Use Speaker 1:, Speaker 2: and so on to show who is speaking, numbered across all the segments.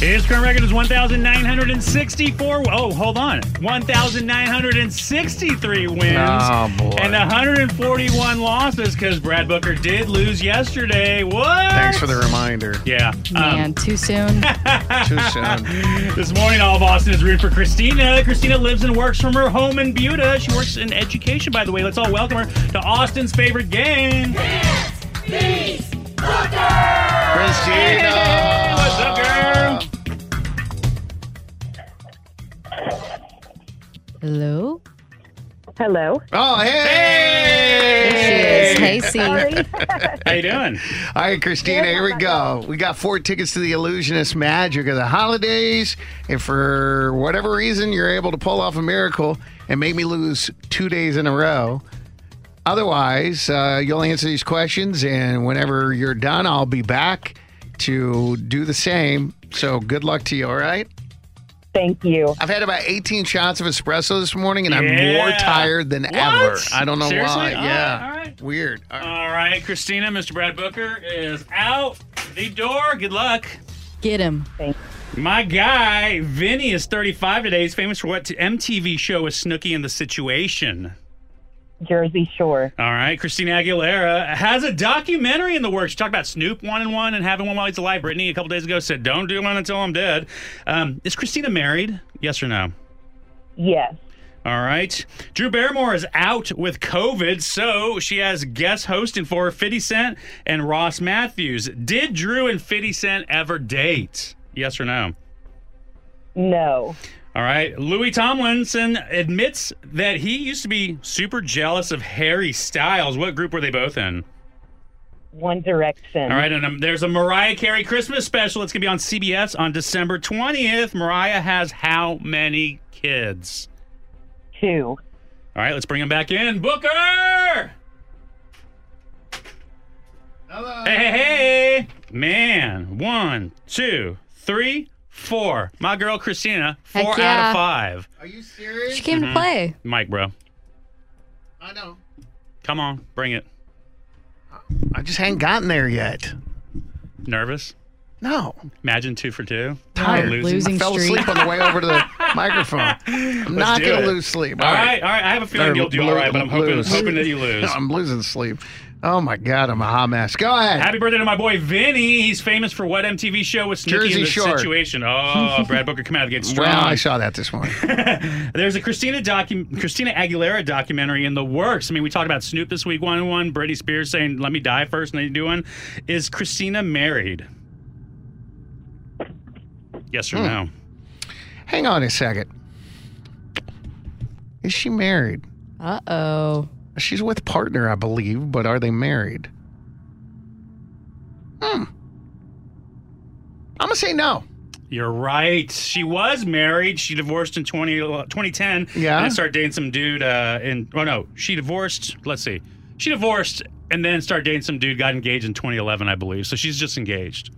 Speaker 1: His current record is 1,964. Oh, hold on. 1,963 wins
Speaker 2: Oh, boy.
Speaker 1: and 141 losses because Brad Booker did lose yesterday. What?
Speaker 2: Thanks for the reminder.
Speaker 1: Yeah. Um,
Speaker 3: Man, too soon.
Speaker 2: Too soon.
Speaker 1: this morning, all of Austin is rooting for Christina. Christina lives and works from her home in Buda. She works in education, by the way. Let's all welcome her to Austin's favorite game.
Speaker 2: Christina!
Speaker 1: What's up, girl?
Speaker 3: Hello?
Speaker 4: Hello.
Speaker 2: Oh, hey!
Speaker 3: Yes. Hey, C.
Speaker 4: Sorry.
Speaker 1: How you doing?
Speaker 2: All right, Christina, here we go. We got four tickets to the Illusionist Magic of the Holidays. If for whatever reason you're able to pull off a miracle and make me lose two days in a row, otherwise, uh, you'll answer these questions. And whenever you're done, I'll be back to do the same. So good luck to you, all right?
Speaker 4: Thank you.
Speaker 2: I've had about 18 shots of espresso this morning, and I'm
Speaker 1: Yeah.
Speaker 2: more tired than ever. I don't know why.
Speaker 1: Seriously? All right,
Speaker 2: yeah.
Speaker 1: all right. Uh,
Speaker 2: Weird. All right.
Speaker 1: All right, Christina, Mr. Brad Booker is out the door. Good luck.
Speaker 3: Get him.
Speaker 1: My guy, Vinny, is 35 today. He's famous for what MTV show is Snooki and the Situation.
Speaker 4: Jersey Shore.
Speaker 1: All right, Christina Aguilera has a documentary in the works. She talked about Snoop one and one and having one while he's alive. Brittany a couple days ago said, "Don't do one until I'm dead." Um, is Christina married? Yes or no?
Speaker 4: Yes.
Speaker 1: All right. Drew Barrymore is out with COVID, so she has guest hosting for 50 Cent and Ross Matthews. Did Drew and 50 Cent ever date? Yes or no?
Speaker 4: No.
Speaker 1: All right. Louis Tomlinson admits that he used to be super jealous of Harry Styles. What group were they both in?
Speaker 4: One Direction.
Speaker 1: All right, and um, there's a Mariah Carey Christmas special. It's going to be on CBS on December 20th. Mariah has how many kids?
Speaker 4: Two.
Speaker 1: All right, let's bring him back in. Booker!
Speaker 2: Hello.
Speaker 1: Hey, hey, hey! Man, one, two, three, four. My girl Christina, four
Speaker 3: Heck
Speaker 1: out
Speaker 3: yeah.
Speaker 1: of five.
Speaker 2: Are you serious?
Speaker 3: She came to play.
Speaker 1: Mike, bro,
Speaker 2: I know.
Speaker 1: come on, bring it.
Speaker 2: I just hadn't gotten there yet.
Speaker 1: Nervous?
Speaker 2: No.
Speaker 1: Imagine two for two.
Speaker 2: Tired.
Speaker 1: Losing.
Speaker 3: Losing
Speaker 2: I fell
Speaker 3: streak.
Speaker 2: asleep on the way over to the microphone. I'm not
Speaker 1: do
Speaker 2: going
Speaker 1: it.
Speaker 2: to lose sleep.
Speaker 1: All right, all right. I have a feeling you'll do all right, but I'm hoping,
Speaker 2: Lose.
Speaker 1: hoping that you lose.
Speaker 2: No, I'm losing sleep. Oh, my God. I'm a hot mess. Go ahead.
Speaker 1: Happy birthday to my boy Vinny. He's famous for what MTV show with Snooki
Speaker 2: Jersey
Speaker 1: in the
Speaker 2: Shore.
Speaker 1: situation. Oh, Brad Booker come out of the gate strong.
Speaker 2: well, I saw that this morning.
Speaker 1: There's a Christina docu- Christina Aguilera documentary in the works. I mean, we talked about Snoop this week, one on one. Britney Spears saying, "Let me die first, and then you do one. Is Christina married? Yes
Speaker 2: Hmm.
Speaker 1: or no?
Speaker 2: Hang on a second. Is she married?
Speaker 3: Uh oh.
Speaker 2: She's with partner, I believe, but are they married? Hmm. I'm gonna say no.
Speaker 1: You're right. She was married. She divorced in 20, 2010.
Speaker 2: Yeah.
Speaker 1: And then started dating some dude uh, in, oh no, she divorced. Let's see. She divorced and then started dating some dude, got engaged in 2011, I believe. So she's just engaged.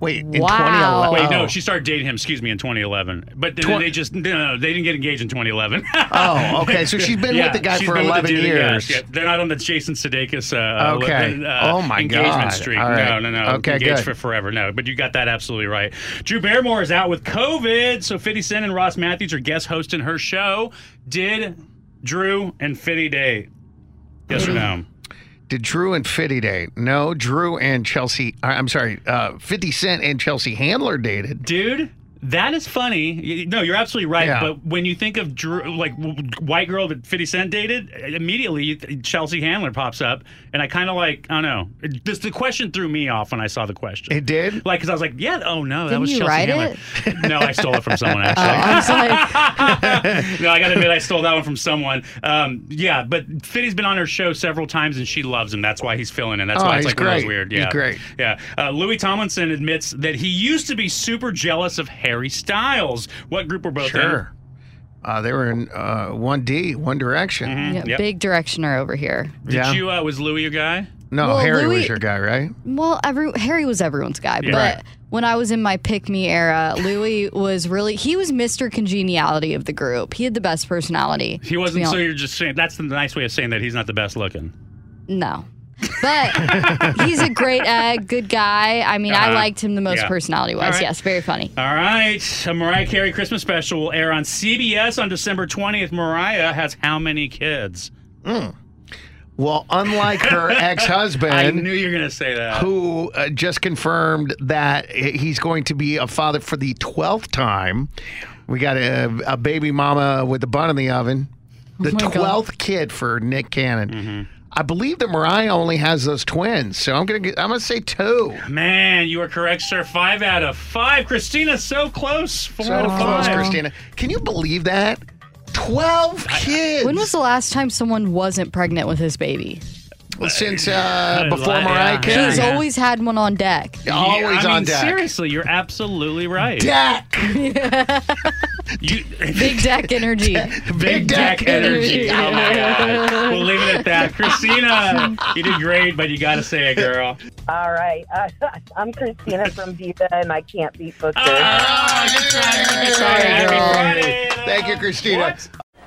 Speaker 2: Wait, in
Speaker 3: Wow.
Speaker 2: 2011.
Speaker 1: Wait,
Speaker 2: Oh.
Speaker 1: no, she started dating him, excuse me, in 2011. But then
Speaker 2: Twen-
Speaker 1: they just, no, no, they didn't get engaged in 2011.
Speaker 2: Oh, okay. So she's been with the guy
Speaker 1: she's
Speaker 2: for
Speaker 1: been with the
Speaker 2: 11
Speaker 1: dude, yeah,
Speaker 2: years.
Speaker 1: yeah. They're not on the Jason Sudeikis. Uh,
Speaker 2: Okay.
Speaker 1: li- Uh,
Speaker 2: Oh, my
Speaker 1: engagement
Speaker 2: God.
Speaker 1: Streak.
Speaker 2: All right.
Speaker 1: No, no, no.
Speaker 2: Okay,
Speaker 1: engaged
Speaker 2: good.
Speaker 1: for forever. No, but you got that absolutely right. Drew Barrymore is out with COVID, so 50 Cent and Ross Matthews are guest hosting her show. Did Drew and 50 date? Yes or no?
Speaker 2: Did Drew and 50 date? No, Drew and Chelsea. I- I'm sorry, uh, 50 Cent and Chelsea Handler dated.
Speaker 1: Dude, That is funny. Y- No, you're absolutely right.
Speaker 2: Yeah.
Speaker 1: But when you think of Drew, like w- w- white girl that 50 Cent dated, immediately you th- Chelsea Handler pops up, and I kind of like I don't know. It- This the question threw me off when I saw the question.
Speaker 2: It did?
Speaker 1: Like, cause I was like, yeah, oh no, that
Speaker 3: Didn't
Speaker 1: was
Speaker 3: you
Speaker 1: Chelsea
Speaker 3: write
Speaker 1: Handler. no, I stole it from someone
Speaker 3: Oh,
Speaker 1: actually.
Speaker 3: I was like,
Speaker 1: no, I gotta admit, I stole that one from someone. Um, yeah, but Fitty's been on her show several times, and she loves him. That's why he's filling in. That's
Speaker 2: Oh,
Speaker 1: why it's
Speaker 2: he's
Speaker 1: like one of those
Speaker 2: great.
Speaker 1: weird.
Speaker 2: He's
Speaker 1: Yeah,
Speaker 2: great.
Speaker 1: Yeah. Uh, Louis Tomlinson admits that he used to be super jealous of Harry Styles. What group were both
Speaker 2: Sure. Uh, they were in uh, 1D, One Direction.
Speaker 3: yeah,
Speaker 1: Yep.
Speaker 3: big directioner over here.
Speaker 1: in? Mm-hmm. Did
Speaker 2: Yeah.
Speaker 1: you? Uh, was Louis your guy?
Speaker 2: No,
Speaker 3: Well,
Speaker 2: Harry was
Speaker 3: Louis-
Speaker 2: your guy, right?
Speaker 3: Well, every, Harry was everyone's guy,
Speaker 1: Yeah.
Speaker 3: but
Speaker 1: Right.
Speaker 3: when I was in my pick me era, Louis was really he was Mr. Congeniality of the group. He had the best personality.
Speaker 1: He wasn't. So you're just saying that's the nice way of saying that he's not the best looking.
Speaker 3: No. But he's a great egg, good guy. I mean, I
Speaker 1: Uh-huh.
Speaker 3: liked him the most
Speaker 1: Yeah.
Speaker 3: personality
Speaker 1: All
Speaker 3: wise.
Speaker 1: right.
Speaker 3: Yes, very funny.
Speaker 1: All right, a Mariah Carey Christmas special will air on CBS on December 20th. Mariah has how many kids?
Speaker 2: Well, unlike her ex
Speaker 1: I
Speaker 2: husband,
Speaker 1: knew you were gonna say that.
Speaker 2: who uh, just confirmed that he's going to be a father for the 12th time, we got a, a baby mama with a bun in the oven. The
Speaker 3: Oh my God.
Speaker 2: 12th kid for Nick Cannon.
Speaker 1: Mm-hmm.
Speaker 2: I believe that Mariah only has those twins, so I'm gonna get, I'm gonna say two.
Speaker 1: Man, you are correct, sir. Five out of five. Christina, so close. Four
Speaker 2: So
Speaker 1: out of
Speaker 2: close,
Speaker 1: five.
Speaker 2: Christina. Can you believe that? Twelve kids.
Speaker 3: When was the last time someone wasn't pregnant with his baby?
Speaker 2: since uh, before
Speaker 1: Yeah,
Speaker 2: Mariah
Speaker 1: yeah,
Speaker 2: Carey?
Speaker 3: He's
Speaker 1: yeah.
Speaker 3: always had one on deck.
Speaker 2: Always
Speaker 1: Yeah, I mean,
Speaker 2: on deck.
Speaker 1: Seriously, you're absolutely right.
Speaker 2: Deck.
Speaker 1: You-
Speaker 3: Big deck energy.
Speaker 2: Big deck energy.
Speaker 1: Oh my God. We'll leave it at that. Christina, you did great, but you got to say it, girl.
Speaker 4: All right. Uh, I'm Christina from Viva, and I can't beat Booker.
Speaker 1: Oh, good try. Good try. Happy
Speaker 2: girl.
Speaker 1: Friday.
Speaker 2: Thank you, Christina.
Speaker 1: What?